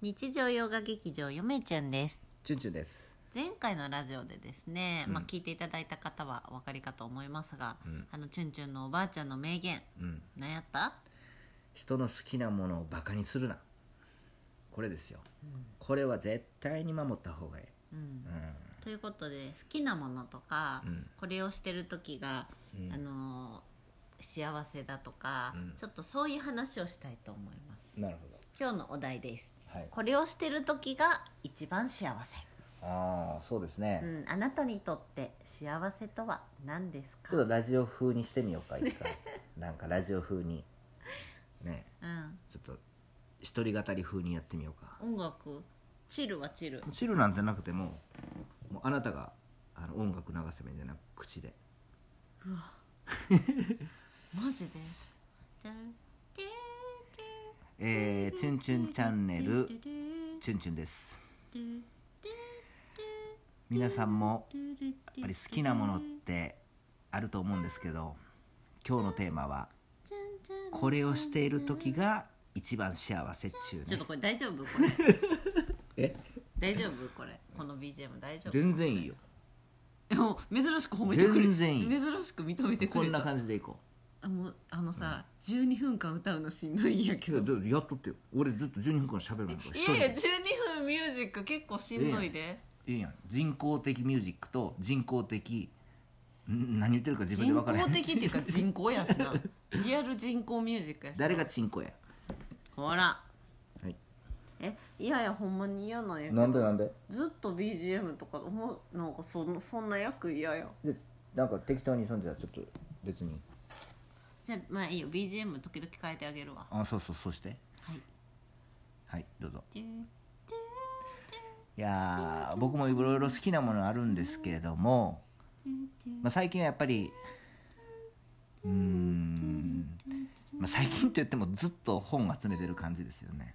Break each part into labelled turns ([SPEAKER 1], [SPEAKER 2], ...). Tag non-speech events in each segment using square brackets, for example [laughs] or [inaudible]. [SPEAKER 1] 日常洋画劇場よめちゃんです
[SPEAKER 2] チュンチュンです。
[SPEAKER 1] 前回のラジオでですね、
[SPEAKER 2] うん
[SPEAKER 1] まあ聞いていただいた方はお分かりかと思いますが、
[SPEAKER 2] うん
[SPEAKER 1] あのチュンチュンのおばあちゃんの名言
[SPEAKER 2] うん。
[SPEAKER 1] 何やった
[SPEAKER 2] 人の好きなものをバカにするな。これですよ。これは絶対に守った方がいい。
[SPEAKER 1] うん
[SPEAKER 2] うん。
[SPEAKER 1] ということで好きなものとか、
[SPEAKER 2] うん
[SPEAKER 1] これをしてる時が、
[SPEAKER 2] うん
[SPEAKER 1] あのー幸せだとか、
[SPEAKER 2] うん
[SPEAKER 1] ちょっとそういう話をしたいと思います
[SPEAKER 2] なるほど。
[SPEAKER 1] 今日のお題です
[SPEAKER 2] はい。
[SPEAKER 1] これをしてる時が一番幸
[SPEAKER 2] ああ、そうです
[SPEAKER 1] せ、う
[SPEAKER 2] ね。
[SPEAKER 1] ん、あなたにとって幸せとは何ですか
[SPEAKER 2] ちょっとラジオ風にしてみようか、一回。なんかラジオ風に。ね。
[SPEAKER 1] うん、
[SPEAKER 2] ちょっと、一人語り風にやってみようか。
[SPEAKER 1] 音楽チルはチル
[SPEAKER 2] チルなんてなくても、もうあなたがあの音楽流せばいいんじゃなく口で。
[SPEAKER 1] マジでじゃんてーて
[SPEAKER 2] えー、チュンチュンチャンネル、チュンチュンです。皆さんもやっぱり好きなものってあると思うんですけど今日のテーマは「これをしている時が一番幸せ」っちゅう
[SPEAKER 1] ちょっ
[SPEAKER 2] ね
[SPEAKER 1] とこれ大丈夫これ
[SPEAKER 2] え
[SPEAKER 1] 大丈夫これこの BGM 大丈夫
[SPEAKER 2] 全然いいよ
[SPEAKER 1] でも珍しく褒めてくれる
[SPEAKER 2] 全然いい
[SPEAKER 1] 珍しく認めてく
[SPEAKER 2] こ
[SPEAKER 1] れ
[SPEAKER 2] ん
[SPEAKER 1] る
[SPEAKER 2] な感じでいこ
[SPEAKER 1] あもうあのさ、12分間歌うのしんどいんやけ
[SPEAKER 2] うい
[SPEAKER 1] ど
[SPEAKER 2] やだってやっとってよ俺ずっと12分間喋るのから
[SPEAKER 1] いやいや
[SPEAKER 2] 一人で
[SPEAKER 1] 12分ミュージック結構しんどいで、
[SPEAKER 2] いいやん人工的ミュージックと人工的ん何言ってるか自分で
[SPEAKER 1] 人
[SPEAKER 2] 分からへ
[SPEAKER 1] 工
[SPEAKER 2] ん
[SPEAKER 1] 的っていうか人工やしなリアル人工ミュージックやしな
[SPEAKER 2] 誰がチンコや
[SPEAKER 1] ほら
[SPEAKER 2] はい
[SPEAKER 1] えいやいやほんまに嫌なんやけど
[SPEAKER 2] なんでなんで
[SPEAKER 1] ずっと BGM とかもうなんかそのそんな役嫌や
[SPEAKER 2] でなんか適当にそんじゃちょっと別に
[SPEAKER 1] じゃあまあいいよ BGM 時々変えてあげるわ
[SPEAKER 2] あそうそうそうして
[SPEAKER 1] はい
[SPEAKER 2] はいどうぞいやー僕もいろいろ好きなものあるんですけれども、まあ、最近はやっぱりうーん、まあ、最近と言ってもずっと本集めてる感じですよね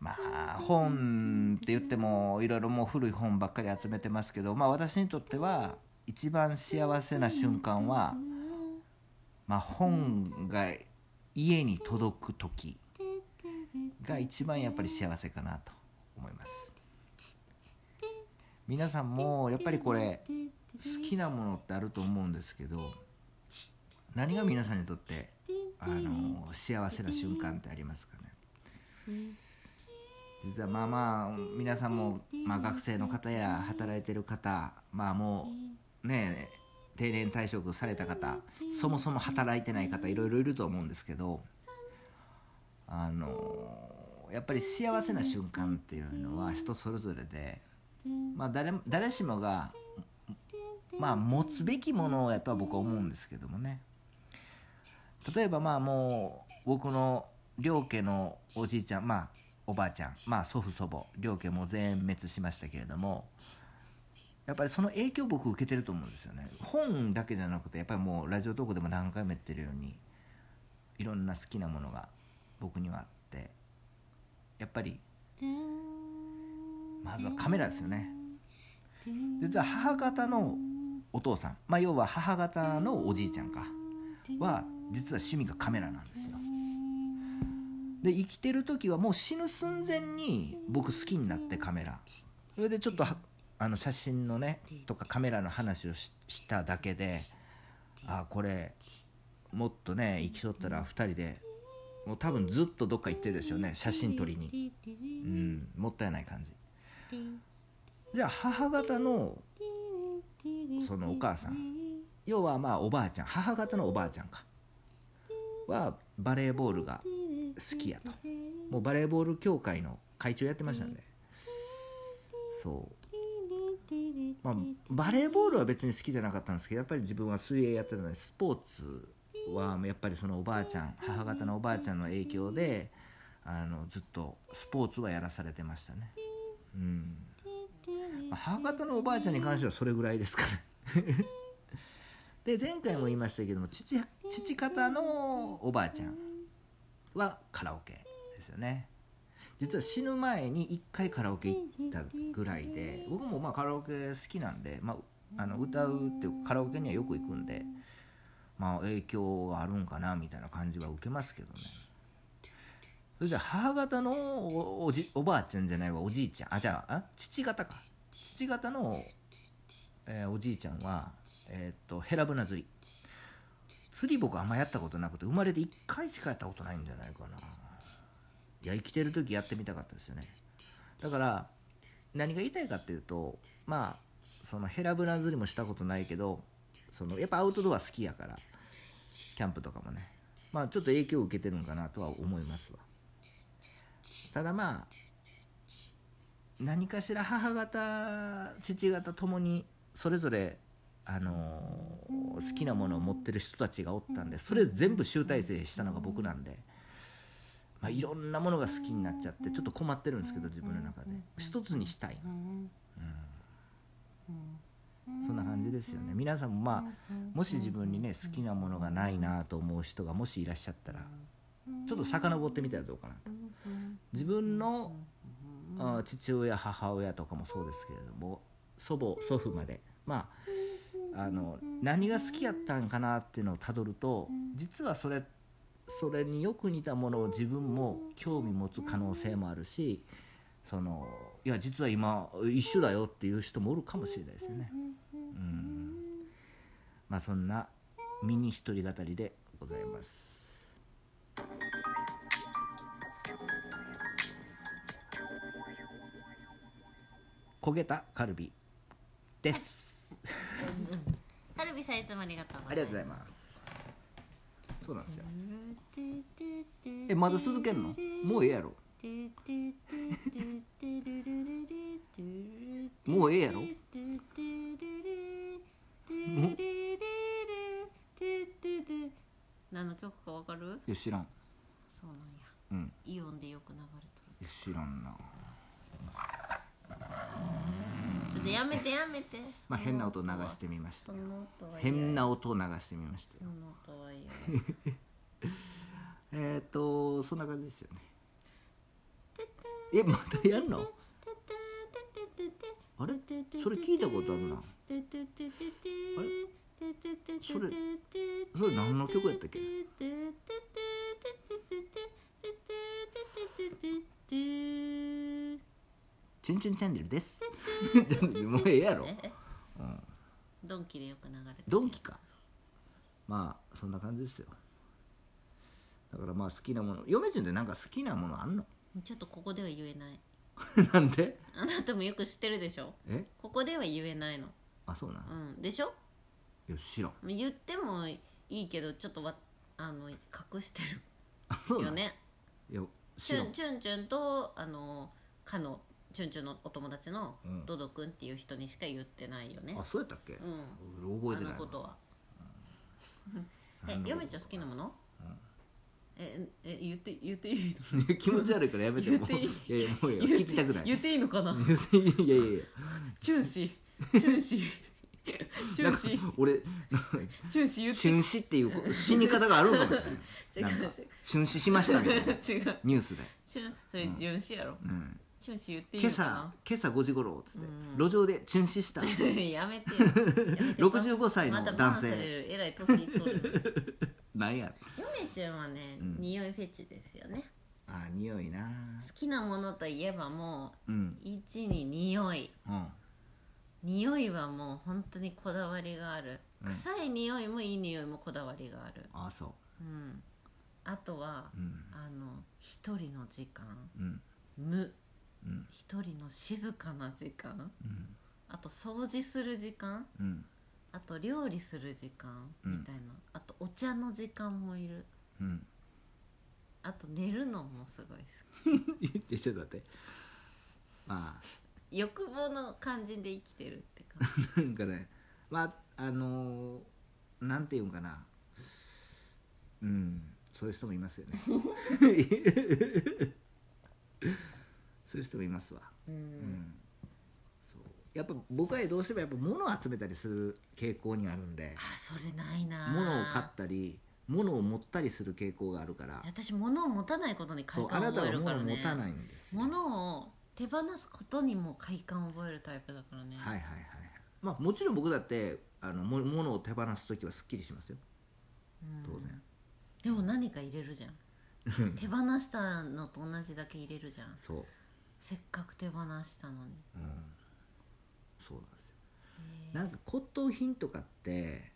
[SPEAKER 2] まあ本って言ってもいろいろもう古い本ばっかり集めてますけど、まあ、私にとっては一番幸せな瞬間は、まあ、本が家に届く時が一番やっぱり幸せかなと思います皆さんもやっぱりこれ好きなものってあると思うんですけど何が皆さんにとってあの幸せな瞬間ってありますかね実はまあまあ皆さんも、まあ、学生の方や働いてる方まあもうね定年退職された方そもそも働いてない方いろいろいると思うんですけどあのやっぱり幸せな瞬間っていうのは人それぞれで、まあ、誰も誰しもが、まあ、持つべきものやとは僕は思うんですけどもね例えばまあもう僕の両家のおじいちゃんまあおばあちゃんまあ祖父祖母両家も全滅しましたけれどもやっぱりその影響を僕受けてると思うんですよね本だけじゃなくてやっぱりもうラジオトークでも何回も言ってるようにいろんな好きなものが僕にはあってやっぱりまずはカメラですよね実は母方のお父さんまあ要は母方のおじいちゃんかは実は趣味がカメラなんですよで生きてる時はもう死ぬ寸前に僕好きになってカメラそれでちょっとはあの写真のねとかカメラの話をししただけであこれもっとね生きとったら2人でもう多分ずっとどっか行ってるでしょうね写真撮りにうんもったいない感じじゃあ母方のそのお母さん要はまあおばあちゃん母方のおばあちゃんかはバレーボールが好きやともうバレーボール協会の会長やってましたんでそう、まあ、バレーボールは別に好きじゃなかったんですけどやっぱり自分は水泳やってたのでスポーツはやっぱりそのおばあちゃん母方のおばあちゃんの影響であのずっとスポーツはやらされてましたねうんまあ母方のおばあちゃんに関してはそれぐらいですか [laughs] ねで前回も言いましたけども父父方のおばあちゃんはカラオケですよね実は死ぬ前に1回カラオケ行ったぐらいで僕もまあカラオケ好きなんで、まあ、あの歌うっていうかカラオケにはよく行くんで、まあ、影響はあるんかなみたいな感じは受けますけどねそしたら母方のおおじおばあちゃんじゃないわおじいちゃんあじゃああ父方か父方の、えーおじいちゃんはえーっとヘラブナ釣り釣り僕あんまやったことなくて生まれて1回しかやったことないんじゃないかないや生きてる時やってみたかったですよねだから何が言いたいかっていうとまあそのヘラブナ釣りもしたことないけどそのやっぱアウトドア好きやからキャンプとかもねまあちょっと影響を受けてるんかなとは思いますわただまあ何かしら母方父方ともにそれぞれあのー好きなものを持ってる人たちがおったんでそれ全部集大成したのが僕なんで、まあ、いろんなものが好きになっちゃってちょっと困ってるんですけど自分の中で一つにしたい、うん、そんな感じですよね皆さんもまあもし自分にね好きなものがないなと思う人がもしいらっしゃったらちょっと遡ってみたらどうかなと自分のあー父親母親とかもそうですけれども祖母祖父までまああの何が好きやったんかなっていうのをたどると実はそれそれによく似たものを自分も興味持つ可能性もあるしそのいや実は今一緒だよっていう人もおるかもしれないですよね。うんまあそんなミニ一人語りでございます。焦げたカルビです。
[SPEAKER 1] カルビさんいつもありがとうご
[SPEAKER 2] あ
[SPEAKER 1] ざいます
[SPEAKER 2] りがとうございます。そうなんですよ。え
[SPEAKER 1] え
[SPEAKER 2] まだ続けるの？もうええやろ。もうええやろ
[SPEAKER 1] も何の曲かわかる
[SPEAKER 2] いや知らん。
[SPEAKER 1] そうなんや
[SPEAKER 2] うん。
[SPEAKER 1] イオンでよく流れ
[SPEAKER 2] いや知らんな。
[SPEAKER 1] とるちょっとやめてやめて
[SPEAKER 2] まあ変な音流してみました
[SPEAKER 1] そ
[SPEAKER 2] よ。
[SPEAKER 1] の音は嫌や
[SPEAKER 2] 変な音を流してみました
[SPEAKER 1] そ
[SPEAKER 2] よ。
[SPEAKER 1] の音は嫌や
[SPEAKER 2] えっ、ー、とそんな感じですよね。えまたやるの？あれそれ聞いたことあるなそれそれ何の曲やったっ [laughs] けチュンチュンチャンネルです。もうええやろ。うん、
[SPEAKER 1] ドンキでよく流れてる
[SPEAKER 2] ドンキか。まあそんな感じですよ。だからまあ好きなもの、嫁順でなんか好きなものあんの？ [laughs]
[SPEAKER 1] ちょっとここでは言えない
[SPEAKER 2] なんで？
[SPEAKER 1] あなたもよく知ってるでしょ
[SPEAKER 2] え？
[SPEAKER 1] ここでは言えないの
[SPEAKER 2] あそうなん。
[SPEAKER 1] うんでしょ
[SPEAKER 2] いや知らん。
[SPEAKER 1] 言ってもいいけどちょっとわあの隠して
[SPEAKER 2] あそう
[SPEAKER 1] る
[SPEAKER 2] な
[SPEAKER 1] よ
[SPEAKER 2] ん。
[SPEAKER 1] ね
[SPEAKER 2] いや
[SPEAKER 1] チ
[SPEAKER 2] 知ら
[SPEAKER 1] ュン
[SPEAKER 2] ん。
[SPEAKER 1] チュンチュンとあのかのチュンチュンのお友達の
[SPEAKER 2] うん
[SPEAKER 1] ドド君っていう人にしか言ってないよね
[SPEAKER 2] あそうやったっけ？
[SPEAKER 1] う
[SPEAKER 2] 俺
[SPEAKER 1] ん
[SPEAKER 2] 覚え
[SPEAKER 1] あ
[SPEAKER 2] て
[SPEAKER 1] の
[SPEAKER 2] ない
[SPEAKER 1] こ
[SPEAKER 2] わ。
[SPEAKER 1] とは
[SPEAKER 2] な
[SPEAKER 1] え
[SPEAKER 2] んだ
[SPEAKER 1] ヨ
[SPEAKER 2] ろう
[SPEAKER 1] メちゃん好きなもの
[SPEAKER 2] うん
[SPEAKER 1] ええ言って言っていい
[SPEAKER 2] 気持 [laughs] ち悪いからやめてもう。
[SPEAKER 1] 言っ
[SPEAKER 2] いやいやもういい
[SPEAKER 1] の
[SPEAKER 2] よ聞きたくない。
[SPEAKER 1] 言っていいのかな
[SPEAKER 2] [laughs] いやいやいや。
[SPEAKER 1] チュンシーチュンシーチュ
[SPEAKER 2] なん
[SPEAKER 1] ン
[SPEAKER 2] か
[SPEAKER 1] シー
[SPEAKER 2] 俺
[SPEAKER 1] チュンシー言って
[SPEAKER 2] 春死っていう死に方があるのかもしれない。
[SPEAKER 1] [laughs] 違う
[SPEAKER 2] なんか春死しましたみたいな
[SPEAKER 1] 違う違う
[SPEAKER 2] ニュースで。
[SPEAKER 1] チュンそれチュンシーやろ
[SPEAKER 2] うん
[SPEAKER 1] チュンシー言っていい
[SPEAKER 2] 今
[SPEAKER 1] のか
[SPEAKER 2] 朝
[SPEAKER 1] な
[SPEAKER 2] 今朝5時頃っつって
[SPEAKER 1] うん
[SPEAKER 2] 路上で巡視し
[SPEAKER 1] [laughs]
[SPEAKER 2] た
[SPEAKER 1] やめてよや
[SPEAKER 2] [laughs]
[SPEAKER 1] めて
[SPEAKER 2] 65歳の男
[SPEAKER 1] またバンされ
[SPEAKER 2] 性
[SPEAKER 1] るえらい年いっとる
[SPEAKER 2] なんや
[SPEAKER 1] ヨメちゃんはね、
[SPEAKER 2] うん
[SPEAKER 1] 匂いフェチですよね
[SPEAKER 2] あー匂いな
[SPEAKER 1] 好きなものといえばも
[SPEAKER 2] うん
[SPEAKER 1] う一に匂い
[SPEAKER 2] うん
[SPEAKER 1] 匂いはもう本当にこだわりがある、
[SPEAKER 2] うん
[SPEAKER 1] 臭い匂いもいい匂いもこだわりがある
[SPEAKER 2] ああそ
[SPEAKER 1] うんあとは
[SPEAKER 2] ううん
[SPEAKER 1] あの一人の時間
[SPEAKER 2] うん
[SPEAKER 1] 無
[SPEAKER 2] うん
[SPEAKER 1] 一人の静かな時間
[SPEAKER 2] うん
[SPEAKER 1] あと掃除する時間
[SPEAKER 2] うん
[SPEAKER 1] あと料理する時間
[SPEAKER 2] うん
[SPEAKER 1] みたいな、あとお茶の時間もいる
[SPEAKER 2] うん
[SPEAKER 1] あと寝るのもすごい好
[SPEAKER 2] でちょっと待ってま
[SPEAKER 1] き欲望の感じで生きてるって感じ
[SPEAKER 2] あなんかねまああのー、なんていうんかなうんそういう人もいますよねそういう人もいますわ
[SPEAKER 1] うん、
[SPEAKER 2] うんそうやっぱ僕はどうしてもやっぱ物を集めたりする傾向にあるんで
[SPEAKER 1] あそれないな
[SPEAKER 2] 物を買ったり物を持ったりする傾向があるから
[SPEAKER 1] 私物を持たないことに
[SPEAKER 2] そ
[SPEAKER 1] 快
[SPEAKER 2] う
[SPEAKER 1] 感を
[SPEAKER 2] あなた
[SPEAKER 1] 覚え
[SPEAKER 2] は
[SPEAKER 1] るか
[SPEAKER 2] 物
[SPEAKER 1] ら
[SPEAKER 2] を持
[SPEAKER 1] ね
[SPEAKER 2] たないんですよ
[SPEAKER 1] 物を手放すことにも快感を覚えるタイプだからね、
[SPEAKER 2] はいはいはいまあもちろん僕だってあのも物を手放す時はすっきりしますよ
[SPEAKER 1] うん
[SPEAKER 2] 当然
[SPEAKER 1] でも何か入れるじゃん
[SPEAKER 2] うん
[SPEAKER 1] 手放したのと同じだけ入れるじゃん
[SPEAKER 2] [laughs] そう、
[SPEAKER 1] せっかく手放したのに
[SPEAKER 2] うん、そうなんですよなんか骨董品とかって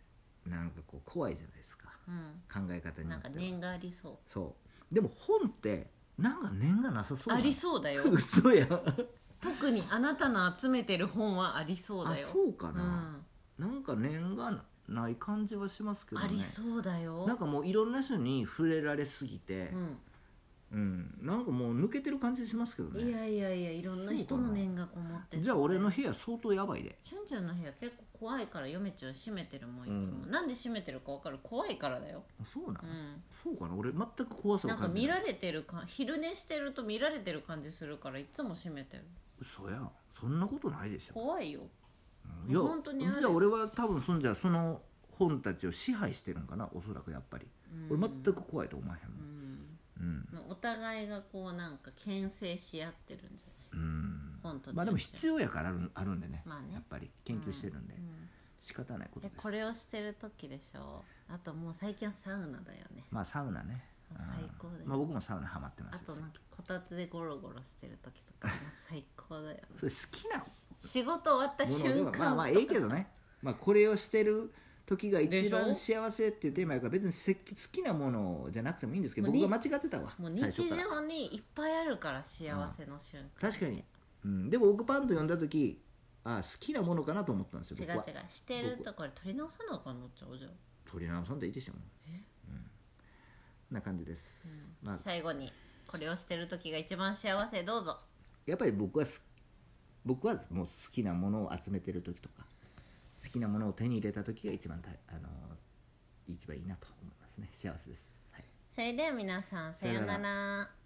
[SPEAKER 2] なんかこう怖いじゃないですか
[SPEAKER 1] う
[SPEAKER 2] 考え方
[SPEAKER 1] ん
[SPEAKER 2] に
[SPEAKER 1] なん
[SPEAKER 2] よっ
[SPEAKER 1] か
[SPEAKER 2] ては
[SPEAKER 1] 念がありそう
[SPEAKER 2] そうでも本ってなんか念がなさそう
[SPEAKER 1] あ
[SPEAKER 2] な
[SPEAKER 1] りそうだよ
[SPEAKER 2] [laughs] 嘘やん
[SPEAKER 1] 特にあなたの集めてる本はありそう
[SPEAKER 2] あ
[SPEAKER 1] だよ
[SPEAKER 2] そうか
[SPEAKER 1] う
[SPEAKER 2] な、
[SPEAKER 1] ん
[SPEAKER 2] なんか念がなない感じはしますけど
[SPEAKER 1] あ
[SPEAKER 2] ね
[SPEAKER 1] りそうだよ
[SPEAKER 2] なんかもういろんな人に触れられすぎて
[SPEAKER 1] う、
[SPEAKER 2] うんなんかもう抜けてる感じしますけど
[SPEAKER 1] んい
[SPEAKER 2] ね
[SPEAKER 1] やいやいやいろんな人の念がこもってて
[SPEAKER 2] じゃあ俺の部屋相当やばいで
[SPEAKER 1] チュンチュンの部屋結構怖いから嫁ちゃん閉めてるもんいつも、
[SPEAKER 2] う
[SPEAKER 1] なんで閉めてるか分かる怖いからだよ、
[SPEAKER 2] あそうな、
[SPEAKER 1] うんん、
[SPEAKER 2] そうかな俺全く怖さを
[SPEAKER 1] なんか
[SPEAKER 2] 感じ
[SPEAKER 1] 見
[SPEAKER 2] ない
[SPEAKER 1] られてるか昼寝してると見られてる感じするからいつも閉めてる
[SPEAKER 2] 嘘やんそんなことないでしょ
[SPEAKER 1] 怖いよ
[SPEAKER 2] いや
[SPEAKER 1] 本当にある
[SPEAKER 2] じゃあ俺は多分そんじゃその本たちを支配してるんかなおそらくやっぱり
[SPEAKER 1] うん
[SPEAKER 2] 俺全く怖いと思わへん
[SPEAKER 1] う
[SPEAKER 2] もん
[SPEAKER 1] ん
[SPEAKER 2] うん
[SPEAKER 1] まあお互いがこうなんか牽制し合ってるんじゃない
[SPEAKER 2] うん
[SPEAKER 1] 本と
[SPEAKER 2] まあでも必要やからあるあるんでね,、
[SPEAKER 1] まあね
[SPEAKER 2] やっぱり研究してるんで、
[SPEAKER 1] うん
[SPEAKER 2] 仕方ないこと
[SPEAKER 1] で
[SPEAKER 2] です
[SPEAKER 1] これをしてる時でしょあともう最近はサウナだよね
[SPEAKER 2] まあサウナね
[SPEAKER 1] もう
[SPEAKER 2] うん
[SPEAKER 1] 最高だよ、
[SPEAKER 2] まあ、僕もサウナハマってま
[SPEAKER 1] あ
[SPEAKER 2] すよ
[SPEAKER 1] となんかこたつでゴロゴロしてる時とかもう最高だよね
[SPEAKER 2] それ好きな
[SPEAKER 1] 仕事終わった
[SPEAKER 2] もので
[SPEAKER 1] 瞬
[SPEAKER 2] は
[SPEAKER 1] 間
[SPEAKER 2] まあまあええけどね、まあ、これをしてる時が一番
[SPEAKER 1] で
[SPEAKER 2] 幸せっていうテーマやから別にせ好きなものじゃなくてもいいんですけど
[SPEAKER 1] もうに
[SPEAKER 2] 僕が間違ってたわ
[SPEAKER 1] もう
[SPEAKER 2] 最初
[SPEAKER 1] 日
[SPEAKER 2] から
[SPEAKER 1] 常にいっぱいあるから幸せの瞬間
[SPEAKER 2] 確かに、うん、でも僕パンと呼んだ時あ好きなものかなと思ったんですよ
[SPEAKER 1] 違う
[SPEAKER 2] 僕
[SPEAKER 1] 違う
[SPEAKER 2] は
[SPEAKER 1] してるとこれ取り直さなあかんのちゃうじゃん、
[SPEAKER 2] 取り直さんでいいでしょ
[SPEAKER 1] え
[SPEAKER 2] うん、こんな感じです、まあ、
[SPEAKER 1] 最後にこれをしてる時が一番幸せどうぞ
[SPEAKER 2] やっぱり僕はす僕はもう好きなものを集めてる時とか好きなものを手に入れた時が一番たあの一番いいなと思いますね幸せです、はい
[SPEAKER 1] それでは皆さんさよう
[SPEAKER 2] さ
[SPEAKER 1] な
[SPEAKER 2] よう
[SPEAKER 1] ら